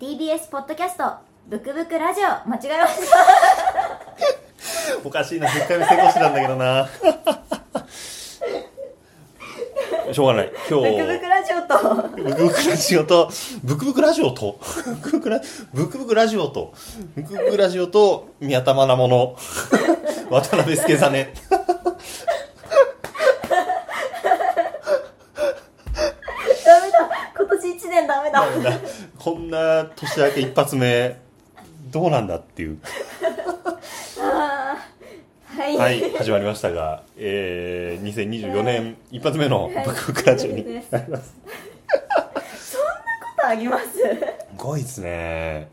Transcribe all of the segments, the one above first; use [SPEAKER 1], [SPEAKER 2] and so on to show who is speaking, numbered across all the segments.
[SPEAKER 1] TBS ポッドキャストブクブクラジオ間違えました
[SPEAKER 2] おかしいな10回目成功してたんだけどな しょうがない今
[SPEAKER 1] ブクブク
[SPEAKER 2] 日
[SPEAKER 1] ラジオと
[SPEAKER 2] ブクブクラジオとブクブクラジオとブクブクラブクブクラジオとブクブクラジオと宮田愛もの渡辺助さね
[SPEAKER 1] ダメだ今年1年ダメだ
[SPEAKER 2] こんな年明け一発目どうなんだっていう
[SPEAKER 1] あーはい、
[SPEAKER 2] はい始まりましたが、えー、2024年一発目のブクブクラジオになります
[SPEAKER 1] ことあげます
[SPEAKER 2] すごいですね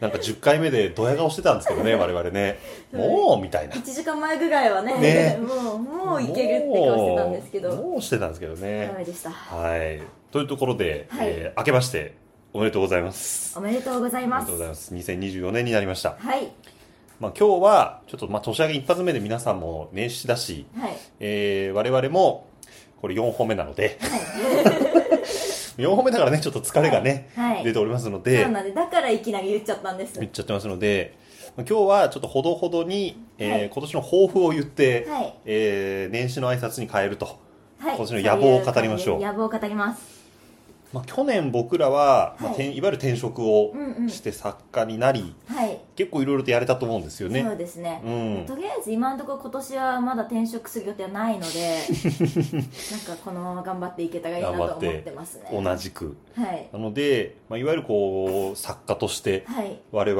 [SPEAKER 2] なんか10回目でドヤ顔してたんですけどね我々ねもうみたいな
[SPEAKER 1] 1時間前ぐらいはね
[SPEAKER 2] ね
[SPEAKER 1] もうもういけるって顔してたんですけ
[SPEAKER 2] も
[SPEAKER 1] ど
[SPEAKER 2] うもうしてたんですけど
[SPEAKER 1] ダメ
[SPEAKER 2] ね
[SPEAKER 1] でした
[SPEAKER 2] はいというところで、
[SPEAKER 1] はい
[SPEAKER 2] えー明けましておめでとうございます
[SPEAKER 1] おめでとうござい
[SPEAKER 2] あり
[SPEAKER 1] ま
[SPEAKER 2] が
[SPEAKER 1] す
[SPEAKER 2] とうございます2024年になりました、
[SPEAKER 1] はい
[SPEAKER 2] まあ、今日はちょっとまあ年明け一発目で皆さんも年始だし、
[SPEAKER 1] はい
[SPEAKER 2] えー我々もこれ4本目なので4本目だからねちょっと疲れがね、
[SPEAKER 1] はい
[SPEAKER 2] 出ておりますので
[SPEAKER 1] そうなんでだからいきなり言っちゃったんです
[SPEAKER 2] 言っちゃってますので今日はちょっとほどほどに、えー
[SPEAKER 1] はい
[SPEAKER 2] 今年の抱負を言って、
[SPEAKER 1] はい
[SPEAKER 2] えー年始の挨拶に変えると、
[SPEAKER 1] はい
[SPEAKER 2] 今年の野望を語りましょ
[SPEAKER 1] そい感
[SPEAKER 2] う
[SPEAKER 1] じで野望を語ります
[SPEAKER 2] まあ、去年僕らは、ま
[SPEAKER 1] は
[SPEAKER 2] あ
[SPEAKER 1] い
[SPEAKER 2] 転いわゆる転職を
[SPEAKER 1] うんうん
[SPEAKER 2] して作家になり
[SPEAKER 1] はい
[SPEAKER 2] 結構いろいろとやれたと思うんですよね
[SPEAKER 1] そうですね、
[SPEAKER 2] うん
[SPEAKER 1] とりあえず今のところ今年はまだ転職する予定はないの でなんかこのまま頑張っていけたらいいなと思ってますね
[SPEAKER 2] 同じく
[SPEAKER 1] はい
[SPEAKER 2] なので、まあ、いわゆるこう作家として
[SPEAKER 1] はい
[SPEAKER 2] 我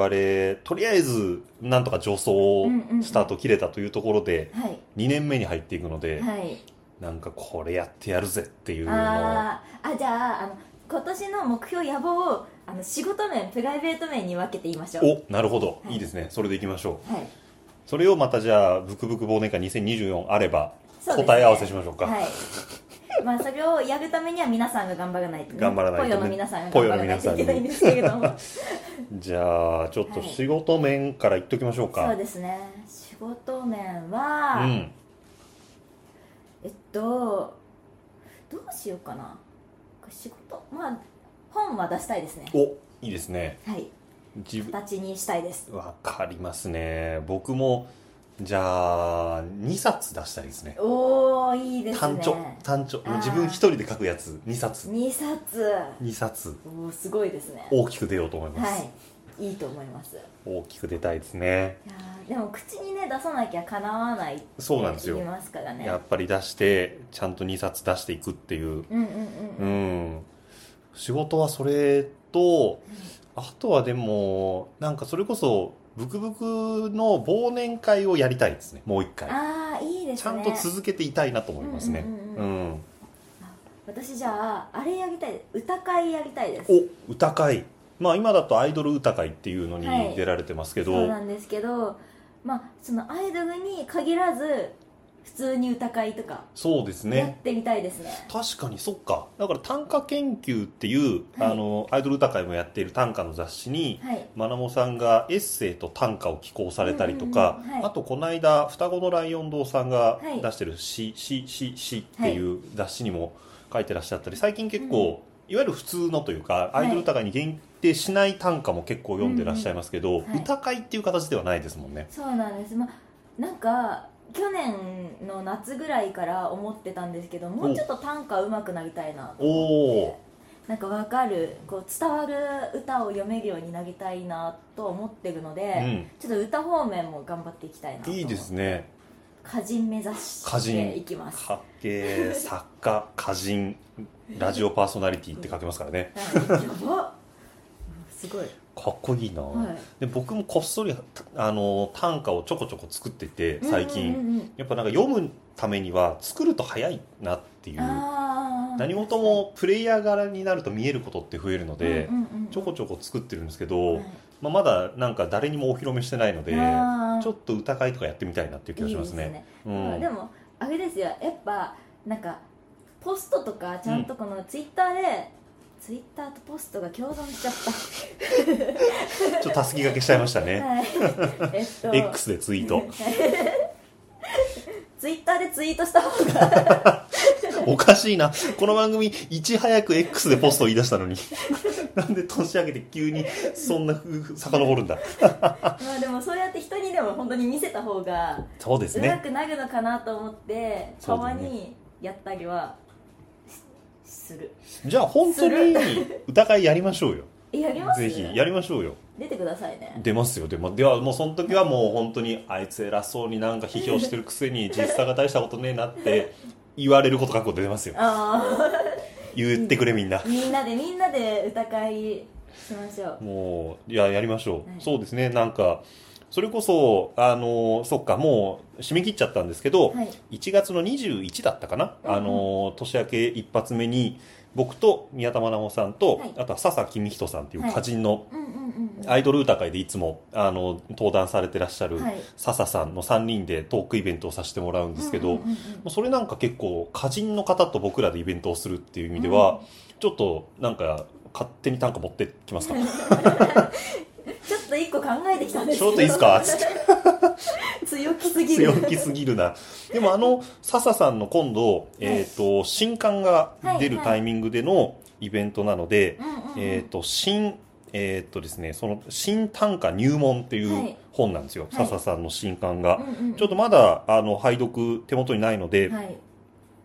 [SPEAKER 2] 々とりあえずなんとか助走を
[SPEAKER 1] うんうんうん
[SPEAKER 2] スタート切れたというところで、
[SPEAKER 1] はい
[SPEAKER 2] 2年目に入っていくので、
[SPEAKER 1] はい
[SPEAKER 2] なんかこれやってやるぜっていうのを
[SPEAKER 1] あーあじゃああの今年の目標野望をあの仕事面プライベート面に分けて言いましょう
[SPEAKER 2] おなるほど、
[SPEAKER 1] はい
[SPEAKER 2] い、いですねそれでいきましょう
[SPEAKER 1] はい
[SPEAKER 2] それをまたじゃあブクブク忘年会2024あれば
[SPEAKER 1] そうですね
[SPEAKER 2] 答え合わせしましょうか、
[SPEAKER 1] はいまあそれをやるためには皆さんが頑張らないと、ね、
[SPEAKER 2] 頑張らないとね
[SPEAKER 1] ポヨの皆さんが頑張らないといけないんですけれども
[SPEAKER 2] じゃあちょっと仕事面から言っときましょうか、
[SPEAKER 1] そうですね仕事面は、
[SPEAKER 2] うん
[SPEAKER 1] えっとどうしようかな仕事まあ本は出したいですね
[SPEAKER 2] おいいですね
[SPEAKER 1] はい
[SPEAKER 2] 自分
[SPEAKER 1] 形にしたいです
[SPEAKER 2] わかりますね僕もじゃあ2冊出したいですね
[SPEAKER 1] おおいいです
[SPEAKER 2] 単
[SPEAKER 1] ね
[SPEAKER 2] 調単調
[SPEAKER 1] あー
[SPEAKER 2] 自分一人で書くやつ2冊
[SPEAKER 1] 2冊
[SPEAKER 2] 2冊
[SPEAKER 1] おおすごいですね
[SPEAKER 2] 大きく出ようと思います、
[SPEAKER 1] はいいいと思いますい
[SPEAKER 2] 大きく出たいですね
[SPEAKER 1] やーでも口にね出さなきゃかなわないって
[SPEAKER 2] そうなんですよ
[SPEAKER 1] 言いますからね
[SPEAKER 2] やっぱり出してちゃんと2冊出していくっていう
[SPEAKER 1] うんうんうん
[SPEAKER 2] う
[SPEAKER 1] うん
[SPEAKER 2] ん仕事はそれとあとはでもなんかそれこそブクブクの忘年会をやりたいですねもう一回
[SPEAKER 1] ああいいですね
[SPEAKER 2] ちゃんと続けていたいなと思いますね
[SPEAKER 1] うんう
[SPEAKER 2] うんん
[SPEAKER 1] 私じゃああれやりたい歌会やりたいです
[SPEAKER 2] お歌会まあ今だとアイドル歌会っていうのに
[SPEAKER 1] はい
[SPEAKER 2] 出られてますけど、
[SPEAKER 1] そうなんですけどまあそのアイドルに限らず普通に歌会とか
[SPEAKER 2] そうです
[SPEAKER 1] や
[SPEAKER 2] ね
[SPEAKER 1] ってみたいですね
[SPEAKER 2] 確かにそっかだから短歌研究っていう、
[SPEAKER 1] はい
[SPEAKER 2] あのアイドル歌会もやっている短歌の雑誌に、
[SPEAKER 1] はい
[SPEAKER 2] まなもさんがエッセイと短歌を寄稿されたりとか、
[SPEAKER 1] うんうんうんはい
[SPEAKER 2] あとこの間双子のライオン堂さんが
[SPEAKER 1] はい
[SPEAKER 2] 出してる詩「詩詩詩」っていう雑誌にも書いてらっしゃったり最近結構、いわゆる普通のというかアイドル歌会に限定しない短歌も結構読んでらっしゃいますけど、
[SPEAKER 1] んうんはい
[SPEAKER 2] 歌会っていう形ではないですもんね。
[SPEAKER 1] そうなんですまあなんか去年の夏ぐらいから思ってたんですけどもうちょっと短歌上手くなりたいなと思ってなんかわかるこう伝わる歌を読めるようになりたいなと思ってるので、
[SPEAKER 2] うん
[SPEAKER 1] ちょっと歌方面も頑張っていきたいなと
[SPEAKER 2] いいですね
[SPEAKER 1] 歌人目指
[SPEAKER 2] 歌
[SPEAKER 1] して
[SPEAKER 2] 人
[SPEAKER 1] いきます
[SPEAKER 2] かっけー作家歌人ラジオパーソナリティって書けますからね
[SPEAKER 1] はいやばすごい、
[SPEAKER 2] かっこいいな、
[SPEAKER 1] はい、
[SPEAKER 2] で僕もこっそりあの短歌をちょこちょこ作ってて最近、
[SPEAKER 1] うんうんうんうん
[SPEAKER 2] やっぱなんか読むためには作ると早いなっていう
[SPEAKER 1] あー
[SPEAKER 2] 何事もプレイヤー柄になると見えることって増えるので、
[SPEAKER 1] うんうんうん
[SPEAKER 2] ちょこちょこ作ってるんですけど、
[SPEAKER 1] はい
[SPEAKER 2] まあ、まだなんか誰にもお披露目してないので
[SPEAKER 1] あー
[SPEAKER 2] ちょっと歌会とかやってみたいなっていう気がしますね
[SPEAKER 1] いいですね
[SPEAKER 2] う
[SPEAKER 1] まあ
[SPEAKER 2] ん、
[SPEAKER 1] でもあれですよやっぱなんかポストとかちゃんとこのツイッターで、ツイッターとポストが共存しちゃっ
[SPEAKER 2] ちょっとたすき掛けしちゃいました
[SPEAKER 1] た
[SPEAKER 2] ね
[SPEAKER 1] はいえっと
[SPEAKER 2] X でツイ ート
[SPEAKER 1] ツイッターでツイートした 方が
[SPEAKER 2] おかしいなこの番組いち早く X でポストを言い出したのになんで年明けて急にそんな遡るんだ
[SPEAKER 1] まあでもそうやって人にでも本当に見せた方が
[SPEAKER 2] そうです
[SPEAKER 1] うま
[SPEAKER 2] ね
[SPEAKER 1] くなるのかなと思って
[SPEAKER 2] そ
[SPEAKER 1] た
[SPEAKER 2] うだ
[SPEAKER 1] ま
[SPEAKER 2] ね
[SPEAKER 1] にやったりはしする
[SPEAKER 2] じゃあ本当に疑いやりましょうよ
[SPEAKER 1] えやります
[SPEAKER 2] ぜひやりましょうよ
[SPEAKER 1] 出てくださいね
[SPEAKER 2] 出ますよでもではもうその時はもう本当にあいつ偉そうになんか批評してるく せに実際が大したことねえなって言われること覚悟で出ますよ
[SPEAKER 1] あ
[SPEAKER 2] 言ってくれみんな
[SPEAKER 1] あみんなでみんなで歌会しましょう
[SPEAKER 2] もういややりましょう、
[SPEAKER 1] はい
[SPEAKER 2] そうですねなんかそれこそあのそっかもう締め切っちゃったんですけど、
[SPEAKER 1] はい
[SPEAKER 2] 1月の21だったかな、
[SPEAKER 1] うんうん
[SPEAKER 2] あの年明け一発目に僕と宮田真奈緒さんと、
[SPEAKER 1] はい
[SPEAKER 2] あとは笹公人さんっていう歌人の
[SPEAKER 1] うんうんうんうん
[SPEAKER 2] アイドル歌会でいつもあの登壇されてらっしゃる
[SPEAKER 1] はい
[SPEAKER 2] 笹さんの3人でトークイベントをさせてもらうんですけど、
[SPEAKER 1] うんうんうんうん
[SPEAKER 2] もうそれなんか結構歌人の方と僕らでイベントをするっていう意味では、ちょっとなんか勝手に短歌持って きますか
[SPEAKER 1] ちょっと一個考えてきたんです
[SPEAKER 2] ちょっといいっすか つっ
[SPEAKER 1] 強気すぎる
[SPEAKER 2] 強気すぎるなでもあの笹さんの今度、えー、と新刊が出るタイミングでのイベントなので、
[SPEAKER 1] うんうんうん
[SPEAKER 2] えー、と新えーとですね、その新短歌入門ってい
[SPEAKER 1] は
[SPEAKER 2] う
[SPEAKER 1] い
[SPEAKER 2] 本なんですよ、
[SPEAKER 1] はい
[SPEAKER 2] 笹さんの新刊が、
[SPEAKER 1] うんうん
[SPEAKER 2] ちょっとまだあの拝読手元にないので、
[SPEAKER 1] はい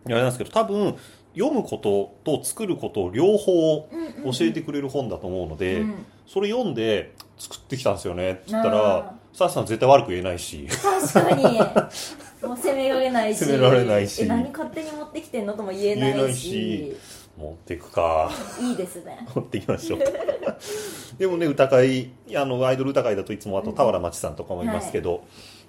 [SPEAKER 2] あれなんですけど多分読むことと作ることを両方
[SPEAKER 1] うんうんうん
[SPEAKER 2] 教えてくれる本だと思うので、
[SPEAKER 1] うん
[SPEAKER 2] それ読んで作ってきたんですよねって言った
[SPEAKER 1] あ
[SPEAKER 2] らサさん絶対悪く言えないし
[SPEAKER 1] 確かにもう責められないし
[SPEAKER 2] 責められないし
[SPEAKER 1] え何勝手に持ってきてんのとも言えないし
[SPEAKER 2] 言えないし持ってくか
[SPEAKER 1] いいですね
[SPEAKER 2] 持ってきましょう でもね歌会あのアイドル歌会だといつもあと
[SPEAKER 1] うん
[SPEAKER 2] 俵真知さんとかもいますけど、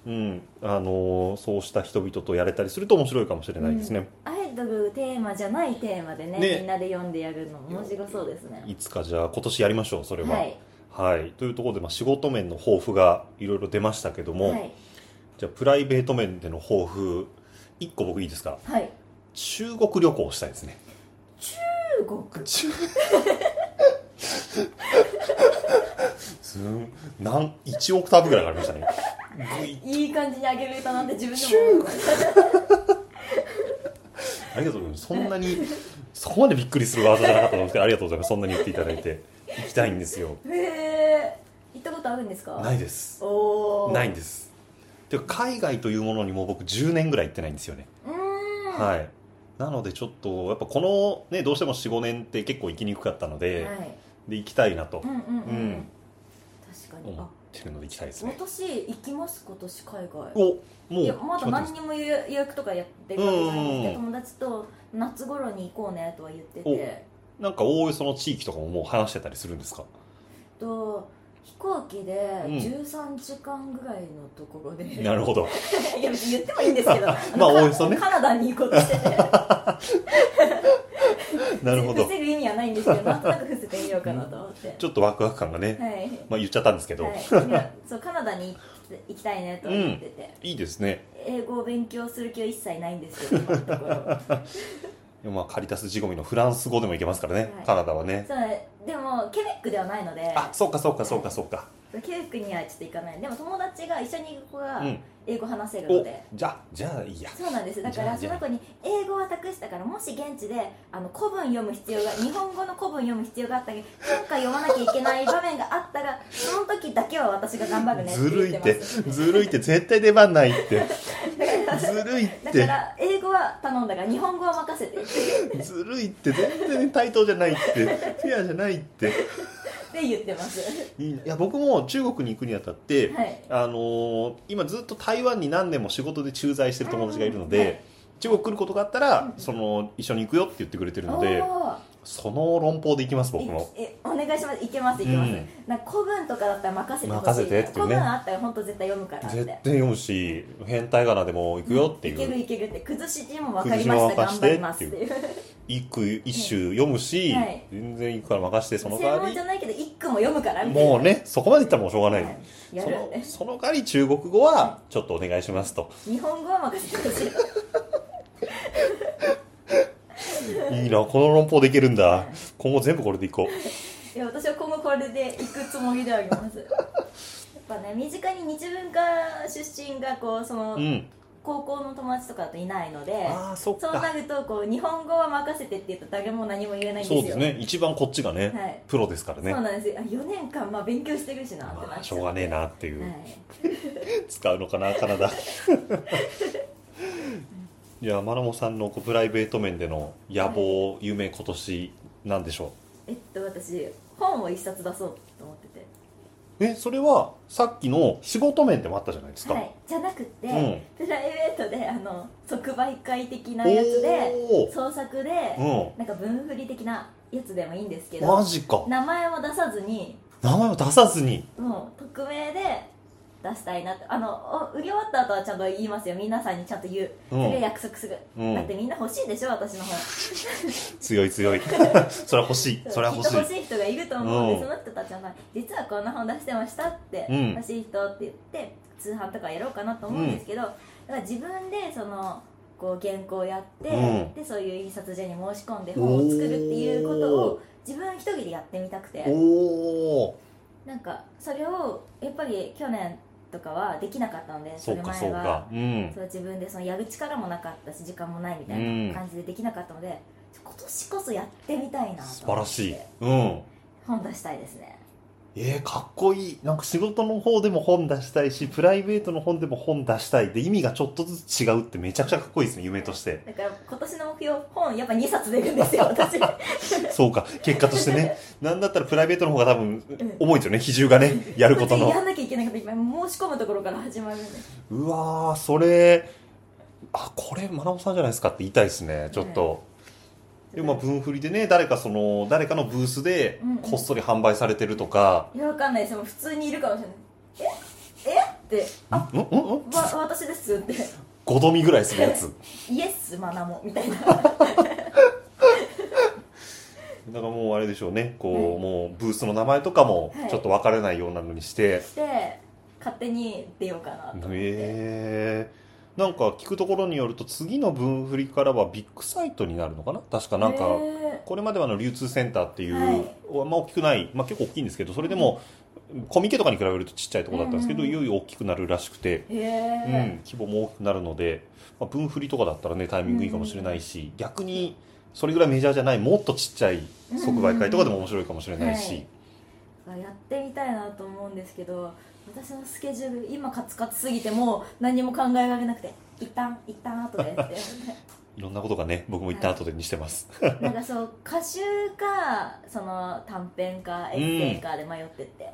[SPEAKER 2] うんあのーそうした人々とやれたりすると面白いかもしれないですね、
[SPEAKER 1] アイドルテーマじゃないテーマでね
[SPEAKER 2] ね
[SPEAKER 1] みんなで読んでやるの面白そうですね
[SPEAKER 2] いつかじゃあ今年やりましょうそれは
[SPEAKER 1] はい
[SPEAKER 2] はい、というところで、まあ、仕事面の抱負がいろいろ出ましたけども、
[SPEAKER 1] はい
[SPEAKER 2] じゃあプライベート面での抱負1個僕いいですか
[SPEAKER 1] はい
[SPEAKER 2] 中国旅行をしたいですね
[SPEAKER 1] 中国
[SPEAKER 2] 中すんなん1オクターブぐらい上がりましたねぐい
[SPEAKER 1] いい感じにあげる歌なんて自分でも
[SPEAKER 2] 中ありがとうございますそんなにそこまでびっくりするワードじゃなかったと思うんですけどありがとうございますそんなに言っていただいて行きたいんですよ
[SPEAKER 1] へえ行ったことあるんですか
[SPEAKER 2] ないいです
[SPEAKER 1] おお
[SPEAKER 2] ないんですてか海外というものにもう僕10年ぐらい行ってないんですよね
[SPEAKER 1] うーんは
[SPEAKER 2] はい、なのでちょっとやっぱこの、ね、どうしても45年って結構行きにくかったの
[SPEAKER 1] い
[SPEAKER 2] で,、で行きたいなと
[SPEAKER 1] うんうんうん、
[SPEAKER 2] うん
[SPEAKER 1] 確かに
[SPEAKER 2] 思っ
[SPEAKER 1] あ
[SPEAKER 2] てるので行きたいですね。
[SPEAKER 1] 私行きます今年海外
[SPEAKER 2] おもう
[SPEAKER 1] いやまだ
[SPEAKER 2] 決まって
[SPEAKER 1] 何にも予約予約とかやってるわけじゃないんですけど
[SPEAKER 2] うん
[SPEAKER 1] 友達と夏頃に行こうねとは言ってて
[SPEAKER 2] すなんかおおよその地域とかももう話してたりするんですか
[SPEAKER 1] と飛行機で
[SPEAKER 2] うん
[SPEAKER 1] 13時間ぐらいのところで、
[SPEAKER 2] なるほど
[SPEAKER 1] いや別に言ってもいいんですけど
[SPEAKER 2] まあおおよそね
[SPEAKER 1] カナダに行こうとしてて
[SPEAKER 2] なるほど
[SPEAKER 1] 伏せる意味はないんですけどなんとなく伏せてみようかなと思って
[SPEAKER 2] ちょっとワクワク感がね、
[SPEAKER 1] はい
[SPEAKER 2] まあ、言っちゃったんですけど、
[SPEAKER 1] はいいやそうカナダに行きたいねとは言って て、
[SPEAKER 2] い、いですね
[SPEAKER 1] 英語を勉強する気は一切ないんですけど今のとこ ろ
[SPEAKER 2] でもまあカリタス仕込みのフランス語でも行けますからね、
[SPEAKER 1] はい
[SPEAKER 2] カナダはね
[SPEAKER 1] そうでもケベックではないので
[SPEAKER 2] あそうかそうかそうかそうか、
[SPEAKER 1] ケベックにはちょっと行かないでも友達が一緒に行く子が
[SPEAKER 2] うん
[SPEAKER 1] 英語話せるの
[SPEAKER 2] お
[SPEAKER 1] で、
[SPEAKER 2] じゃあじゃあいいや
[SPEAKER 1] そうなんですだから
[SPEAKER 2] じ
[SPEAKER 1] そ
[SPEAKER 2] ゃあ
[SPEAKER 1] の子に英語は託したからもし現地であの古文読む必要が日本語の古文読む必要があったりなんか読まなきゃいけない場面があったらその時だけは私が頑張るねって
[SPEAKER 2] ずるい
[SPEAKER 1] 言
[SPEAKER 2] っ
[SPEAKER 1] って
[SPEAKER 2] て
[SPEAKER 1] ます
[SPEAKER 2] ずるいって絶対出番ないって ずるいっ
[SPEAKER 1] だ
[SPEAKER 2] て
[SPEAKER 1] から英語は頼んだから日本語は任せてって
[SPEAKER 2] ずるいって全然対等じゃないってフェアじゃないって
[SPEAKER 1] 言ってます
[SPEAKER 2] いや僕も中国に行くにあたって、
[SPEAKER 1] はい
[SPEAKER 2] あのー今ずっと台湾に何年も仕事で駐在してる友達がいるので、
[SPEAKER 1] うんはい
[SPEAKER 2] 中国来ることがあったら、その一緒に行くよって言ってくれてるので
[SPEAKER 1] おー
[SPEAKER 2] その論法で行きます僕も
[SPEAKER 1] いえお願いしますいけますいけます、
[SPEAKER 2] うん
[SPEAKER 1] なんか古文とかだったら任せてほしい
[SPEAKER 2] 任せてっていうね
[SPEAKER 1] 古文あったら本当絶対読むからって
[SPEAKER 2] 絶対読むし変態仮名でも行くよってい
[SPEAKER 1] いける
[SPEAKER 2] う、
[SPEAKER 1] いけるって崩し字も分かりました
[SPEAKER 2] 崩し
[SPEAKER 1] 頑
[SPEAKER 2] 字
[SPEAKER 1] 張
[SPEAKER 2] も任せて
[SPEAKER 1] りますっていう
[SPEAKER 2] 一句一首読むし、
[SPEAKER 1] はい
[SPEAKER 2] 全然行くから任せてその代
[SPEAKER 1] 専
[SPEAKER 2] わ
[SPEAKER 1] 門
[SPEAKER 2] り
[SPEAKER 1] じゃないけど一句も読むからみたいな
[SPEAKER 2] もうねそこまで行ったらもうしょうがない、
[SPEAKER 1] はいや
[SPEAKER 2] そ
[SPEAKER 1] る
[SPEAKER 2] のその代わり中国語はちょっとお願いしますと
[SPEAKER 1] 日本語は任せてほしい
[SPEAKER 2] いいな、この論法でいけるんだ。今後全部これでいこう。
[SPEAKER 1] いや私は今後これで行くつもりでありますやっぱね身近に日文化出身がこうその、
[SPEAKER 2] うん。
[SPEAKER 1] 高校の友達とかだといないので
[SPEAKER 2] ああそっ
[SPEAKER 1] そうな
[SPEAKER 2] か
[SPEAKER 1] るとこう日本語は任せてって言うと誰も何も言えないんです
[SPEAKER 2] そ
[SPEAKER 1] よ
[SPEAKER 2] うですね一番こっちがね、
[SPEAKER 1] はい
[SPEAKER 2] プロですからね
[SPEAKER 1] そうなんですよあ4年間まあ勉強してるしなってなっちゃ
[SPEAKER 2] ま
[SPEAKER 1] う
[SPEAKER 2] あ、しょうがねえなっていう、
[SPEAKER 1] はい
[SPEAKER 2] 使うのかなカ ナダいやマナモさんのこうプライベート面での野望、夢今年なんでしょ
[SPEAKER 1] えっと私本を一冊出そうと思ってて
[SPEAKER 2] うえそれはさっきの仕事面でもあったじゃないですか、
[SPEAKER 1] はい、じゃなくて、
[SPEAKER 2] うん
[SPEAKER 1] プライベートであの即売会的なやつで
[SPEAKER 2] おー
[SPEAKER 1] 創作で、なんか文振り的なやつでもいいんですけ
[SPEAKER 2] うんマ
[SPEAKER 1] ど
[SPEAKER 2] ジか
[SPEAKER 1] 名前を出さずに
[SPEAKER 2] 名前を出さずに
[SPEAKER 1] もう匿名で出したいなとあのお売り終わった後はちゃんと言いますよ皆さんにちゃんと言う、
[SPEAKER 2] うん
[SPEAKER 1] それ約束する、
[SPEAKER 2] うん
[SPEAKER 1] だってみんな欲しいでしょ私の本
[SPEAKER 2] 強い 強いそれは欲しいそれは欲し
[SPEAKER 1] きっ
[SPEAKER 2] い
[SPEAKER 1] と欲しい人がいると思うんで、
[SPEAKER 2] うん
[SPEAKER 1] その人たちは、まあ実はこんな本出してましたって、
[SPEAKER 2] うん
[SPEAKER 1] 欲しい人って言って通販とかやろうかなと思うんですけど、だから自分でそのこう原稿やって、
[SPEAKER 2] うん
[SPEAKER 1] でそういう印刷所に申し込んで本を作るっていうこと
[SPEAKER 2] おー
[SPEAKER 1] を自分一人でやってみたくて
[SPEAKER 2] おお
[SPEAKER 1] なんかそれをやっぱり去年とかはできなかったので
[SPEAKER 2] そう
[SPEAKER 1] れ
[SPEAKER 2] か
[SPEAKER 1] 前
[SPEAKER 2] そうか
[SPEAKER 1] は
[SPEAKER 2] うん
[SPEAKER 1] そう自分でそのやる力もなかったし時間もないみたいな感じでできなかったので、今年こそやってみたいな
[SPEAKER 2] 素
[SPEAKER 1] と
[SPEAKER 2] 晴
[SPEAKER 1] 思
[SPEAKER 2] ら
[SPEAKER 1] って
[SPEAKER 2] しいうん
[SPEAKER 1] 本出したいですね
[SPEAKER 2] えー、かっこいいなんか仕事の方でも本出したいしプライベートの本でも本出したいで意味がちょっとずつ違うってめちゃくちゃかっこいいですね夢として
[SPEAKER 1] だから今年の目標本やっぱ2冊出るんです よ私
[SPEAKER 2] そうか結果としてね なんだったらプライベートの方が多分
[SPEAKER 1] ん
[SPEAKER 2] 重いですよね比重がねやることの
[SPEAKER 1] やんなきゃいけないこといっぱい申し込むところから始まるんで
[SPEAKER 2] うわーそれあこれマナモさんじゃないですかって言いたいですねちょっと、でもまあ分振りでね誰かその誰かのブースで
[SPEAKER 1] うんうん
[SPEAKER 2] こっそり販売されてるとか、
[SPEAKER 1] いやわかんないですもう普通にいるかもしれないええってあ
[SPEAKER 2] んんんん
[SPEAKER 1] わ私ですって
[SPEAKER 2] 5度見ぐらいするやつ
[SPEAKER 1] イエスマナモみたいな
[SPEAKER 2] だからもうあれでしょうねこう、
[SPEAKER 1] はい
[SPEAKER 2] もうブースの名前とかも
[SPEAKER 1] はい
[SPEAKER 2] ちょっと分からないようなのにして、
[SPEAKER 1] して勝手に出ようかなと思って、
[SPEAKER 2] えー、なんか聞くところによると次の分振りからはビッグサイトになるのかな確かなんか、
[SPEAKER 1] え
[SPEAKER 2] これまではあの流通センターっていう、
[SPEAKER 1] はい
[SPEAKER 2] あんま大きくない、まあ、結構大きいんですけどそれでも、コミケとかに比べるとちっちゃいところだったんですけ
[SPEAKER 1] う
[SPEAKER 2] ど、
[SPEAKER 1] んうん
[SPEAKER 2] いよいよ大きくなるらしくて、
[SPEAKER 1] ーえ
[SPEAKER 2] うん規模も大きくなるので、まあ、分振りとかだったらねタイミングいいかもしれないし、逆にそれぐらいメジャーじゃないもっとちっちゃい即売会とかでも面白いかもしれないし、
[SPEAKER 1] やってみたいなと思うんですけど私のスケジュール今カツカツすぎてもう何も考えられなくて一旦一旦後でって
[SPEAKER 2] いろんなことがね僕も一旦後でにしてます、
[SPEAKER 1] なんかそう歌集かその短編かエッセイかで迷ってって、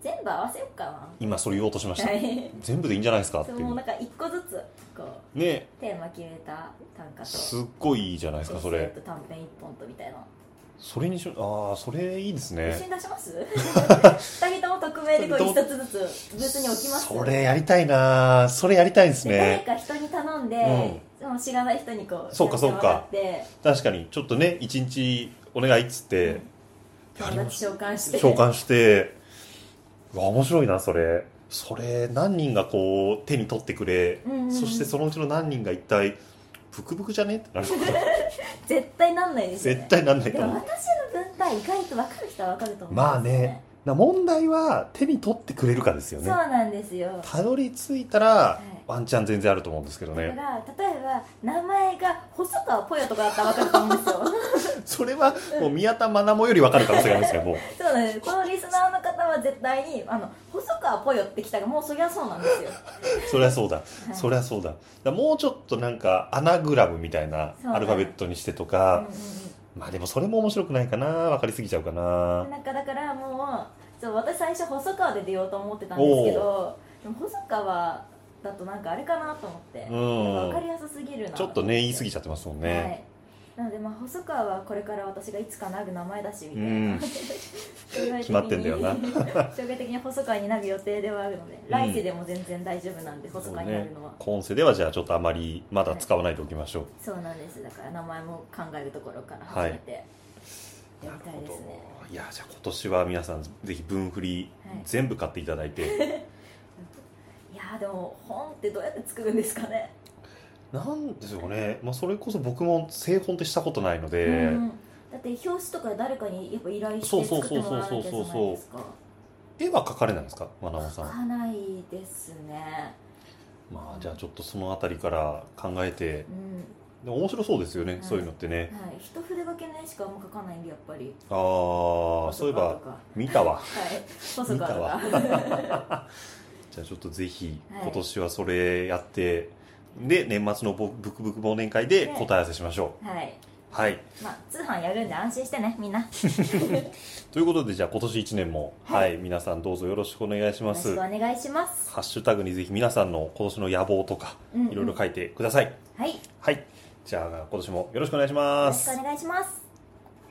[SPEAKER 1] 全部合わせようかな
[SPEAKER 2] 今それ言おうとしました、
[SPEAKER 1] はい
[SPEAKER 2] 全部でいいんじゃないですかっ て
[SPEAKER 1] そ
[SPEAKER 2] いうう
[SPEAKER 1] もうなんか一個ずつこう
[SPEAKER 2] ね
[SPEAKER 1] テーマ決めた短歌と
[SPEAKER 2] すっごいいいじゃないですかそ
[SPEAKER 1] エッ
[SPEAKER 2] れ
[SPEAKER 1] セイと短編一本とみたいな、
[SPEAKER 2] それにしああそれいいですね
[SPEAKER 1] 一緒に出します 二人とも匿名でこう一つずつブースに置きます
[SPEAKER 2] それやりたいなーそれやりたいです
[SPEAKER 1] で
[SPEAKER 2] ね
[SPEAKER 1] 誰か人に頼んで、もう知らない人にこう
[SPEAKER 2] そうかそうか
[SPEAKER 1] やってもらって
[SPEAKER 2] 確かにちょっとね一日お願いっつって、や
[SPEAKER 1] 友
[SPEAKER 2] りま
[SPEAKER 1] 達
[SPEAKER 2] しょ
[SPEAKER 1] 召喚して
[SPEAKER 2] う召喚してうわ面白いなそれそれ何人がこう手に取ってくれ、
[SPEAKER 1] うんうんうん
[SPEAKER 2] そしてそのうちの何人が一体ブクブクじゃねってなるから
[SPEAKER 1] 絶対なんないですよ、ね、
[SPEAKER 2] 絶対なんない
[SPEAKER 1] で
[SPEAKER 2] と
[SPEAKER 1] も
[SPEAKER 2] 思う
[SPEAKER 1] 私の文体意外と分かる人は分かると思うんですよ
[SPEAKER 2] まあねな問題は手に取ってくれるかですよ
[SPEAKER 1] そう
[SPEAKER 2] ね
[SPEAKER 1] なんですよ
[SPEAKER 2] たどり着いたら、
[SPEAKER 1] い
[SPEAKER 2] ワンチャン全然あると思うんですけど
[SPEAKER 1] だから例え
[SPEAKER 2] ね
[SPEAKER 1] ば名前が細川ぽよとかだったら分かると思うんです よ
[SPEAKER 2] それはもう宮田愛もより分かる可能性がありま すよもう
[SPEAKER 1] そうなんですこのリスナーの方は絶対にあの細川ぽよって来たらもうそりゃそうなんですよ
[SPEAKER 2] そりゃそうだ、
[SPEAKER 1] い
[SPEAKER 2] そりゃそうだだからもうちょっとなんかアナグラムみたいな
[SPEAKER 1] そうだね
[SPEAKER 2] アルファベットにしてと
[SPEAKER 1] うん
[SPEAKER 2] か、
[SPEAKER 1] うんうん
[SPEAKER 2] まあでもそれも面白くないかな分かりすぎちゃうかな、
[SPEAKER 1] なんかだからもうそう私最初細川で出ようと思ってたんですけどでも細川だとなんかあれかなと思って、
[SPEAKER 2] うん
[SPEAKER 1] なんか分かりやすすぎるな
[SPEAKER 2] ちょっとね言い過ぎ
[SPEAKER 1] ち
[SPEAKER 2] ちゃってますもん
[SPEAKER 1] ゃ
[SPEAKER 2] ね、
[SPEAKER 1] はい、なのでまあ細川はこれから私がいつかなる名前だしみたいな、
[SPEAKER 2] うん決まってんだよな
[SPEAKER 1] 将来的に細川になる予定ではあるので、来世でも全然大丈夫なんで細川になるのは
[SPEAKER 2] 今世ではじゃあちょっとあまりまだ使わないでおきましょう、
[SPEAKER 1] そう,、なんですだから名前も考えるところから始めて、やりたいですね
[SPEAKER 2] いやじゃあ今年は皆さんぜひ分振り
[SPEAKER 1] はい
[SPEAKER 2] 全部買っていただいて、
[SPEAKER 1] いやーでも本ってどうやって作るんですかね
[SPEAKER 2] なんでしょうね、まあ、それこそ僕も製本ってしたことないので、
[SPEAKER 1] うんだって表紙とか誰かにやっぱ依頼して作ってもらわなきゃじゃないですか
[SPEAKER 2] 絵は描かれないんですかマナモ
[SPEAKER 1] 書
[SPEAKER 2] さん
[SPEAKER 1] かないですね
[SPEAKER 2] まあじゃあちょっとその辺りから考えて
[SPEAKER 1] うん
[SPEAKER 2] でも面白そうですよね、
[SPEAKER 1] はい
[SPEAKER 2] そういうのってね
[SPEAKER 1] はい、一筆書きの絵しかあんま書かないんでやっぱり
[SPEAKER 2] ああそういえ
[SPEAKER 1] 細川
[SPEAKER 2] ば
[SPEAKER 1] とか
[SPEAKER 2] 見たわ
[SPEAKER 1] はい細川とか
[SPEAKER 2] じゃあちょっとぜひ
[SPEAKER 1] はい
[SPEAKER 2] 今年はそれやって、で年末のぼブクブク忘年会で答え合わせしましょ
[SPEAKER 1] はい、
[SPEAKER 2] うはい
[SPEAKER 1] まあ、通販やるんで安心してねみんなよ
[SPEAKER 2] ということでじゃあ今年1年もはい、皆さんどうぞよろしくお願いしま
[SPEAKER 1] ろしく
[SPEAKER 2] す
[SPEAKER 1] お願いします
[SPEAKER 2] ハッシュタグにぜひ皆さんの今年の野望とか
[SPEAKER 1] うんうん
[SPEAKER 2] いろいろ書いてください、
[SPEAKER 1] はいよ
[SPEAKER 2] はいじゃあ今年もよろしくお願いしま
[SPEAKER 1] ろ
[SPEAKER 2] す
[SPEAKER 1] しくお願いします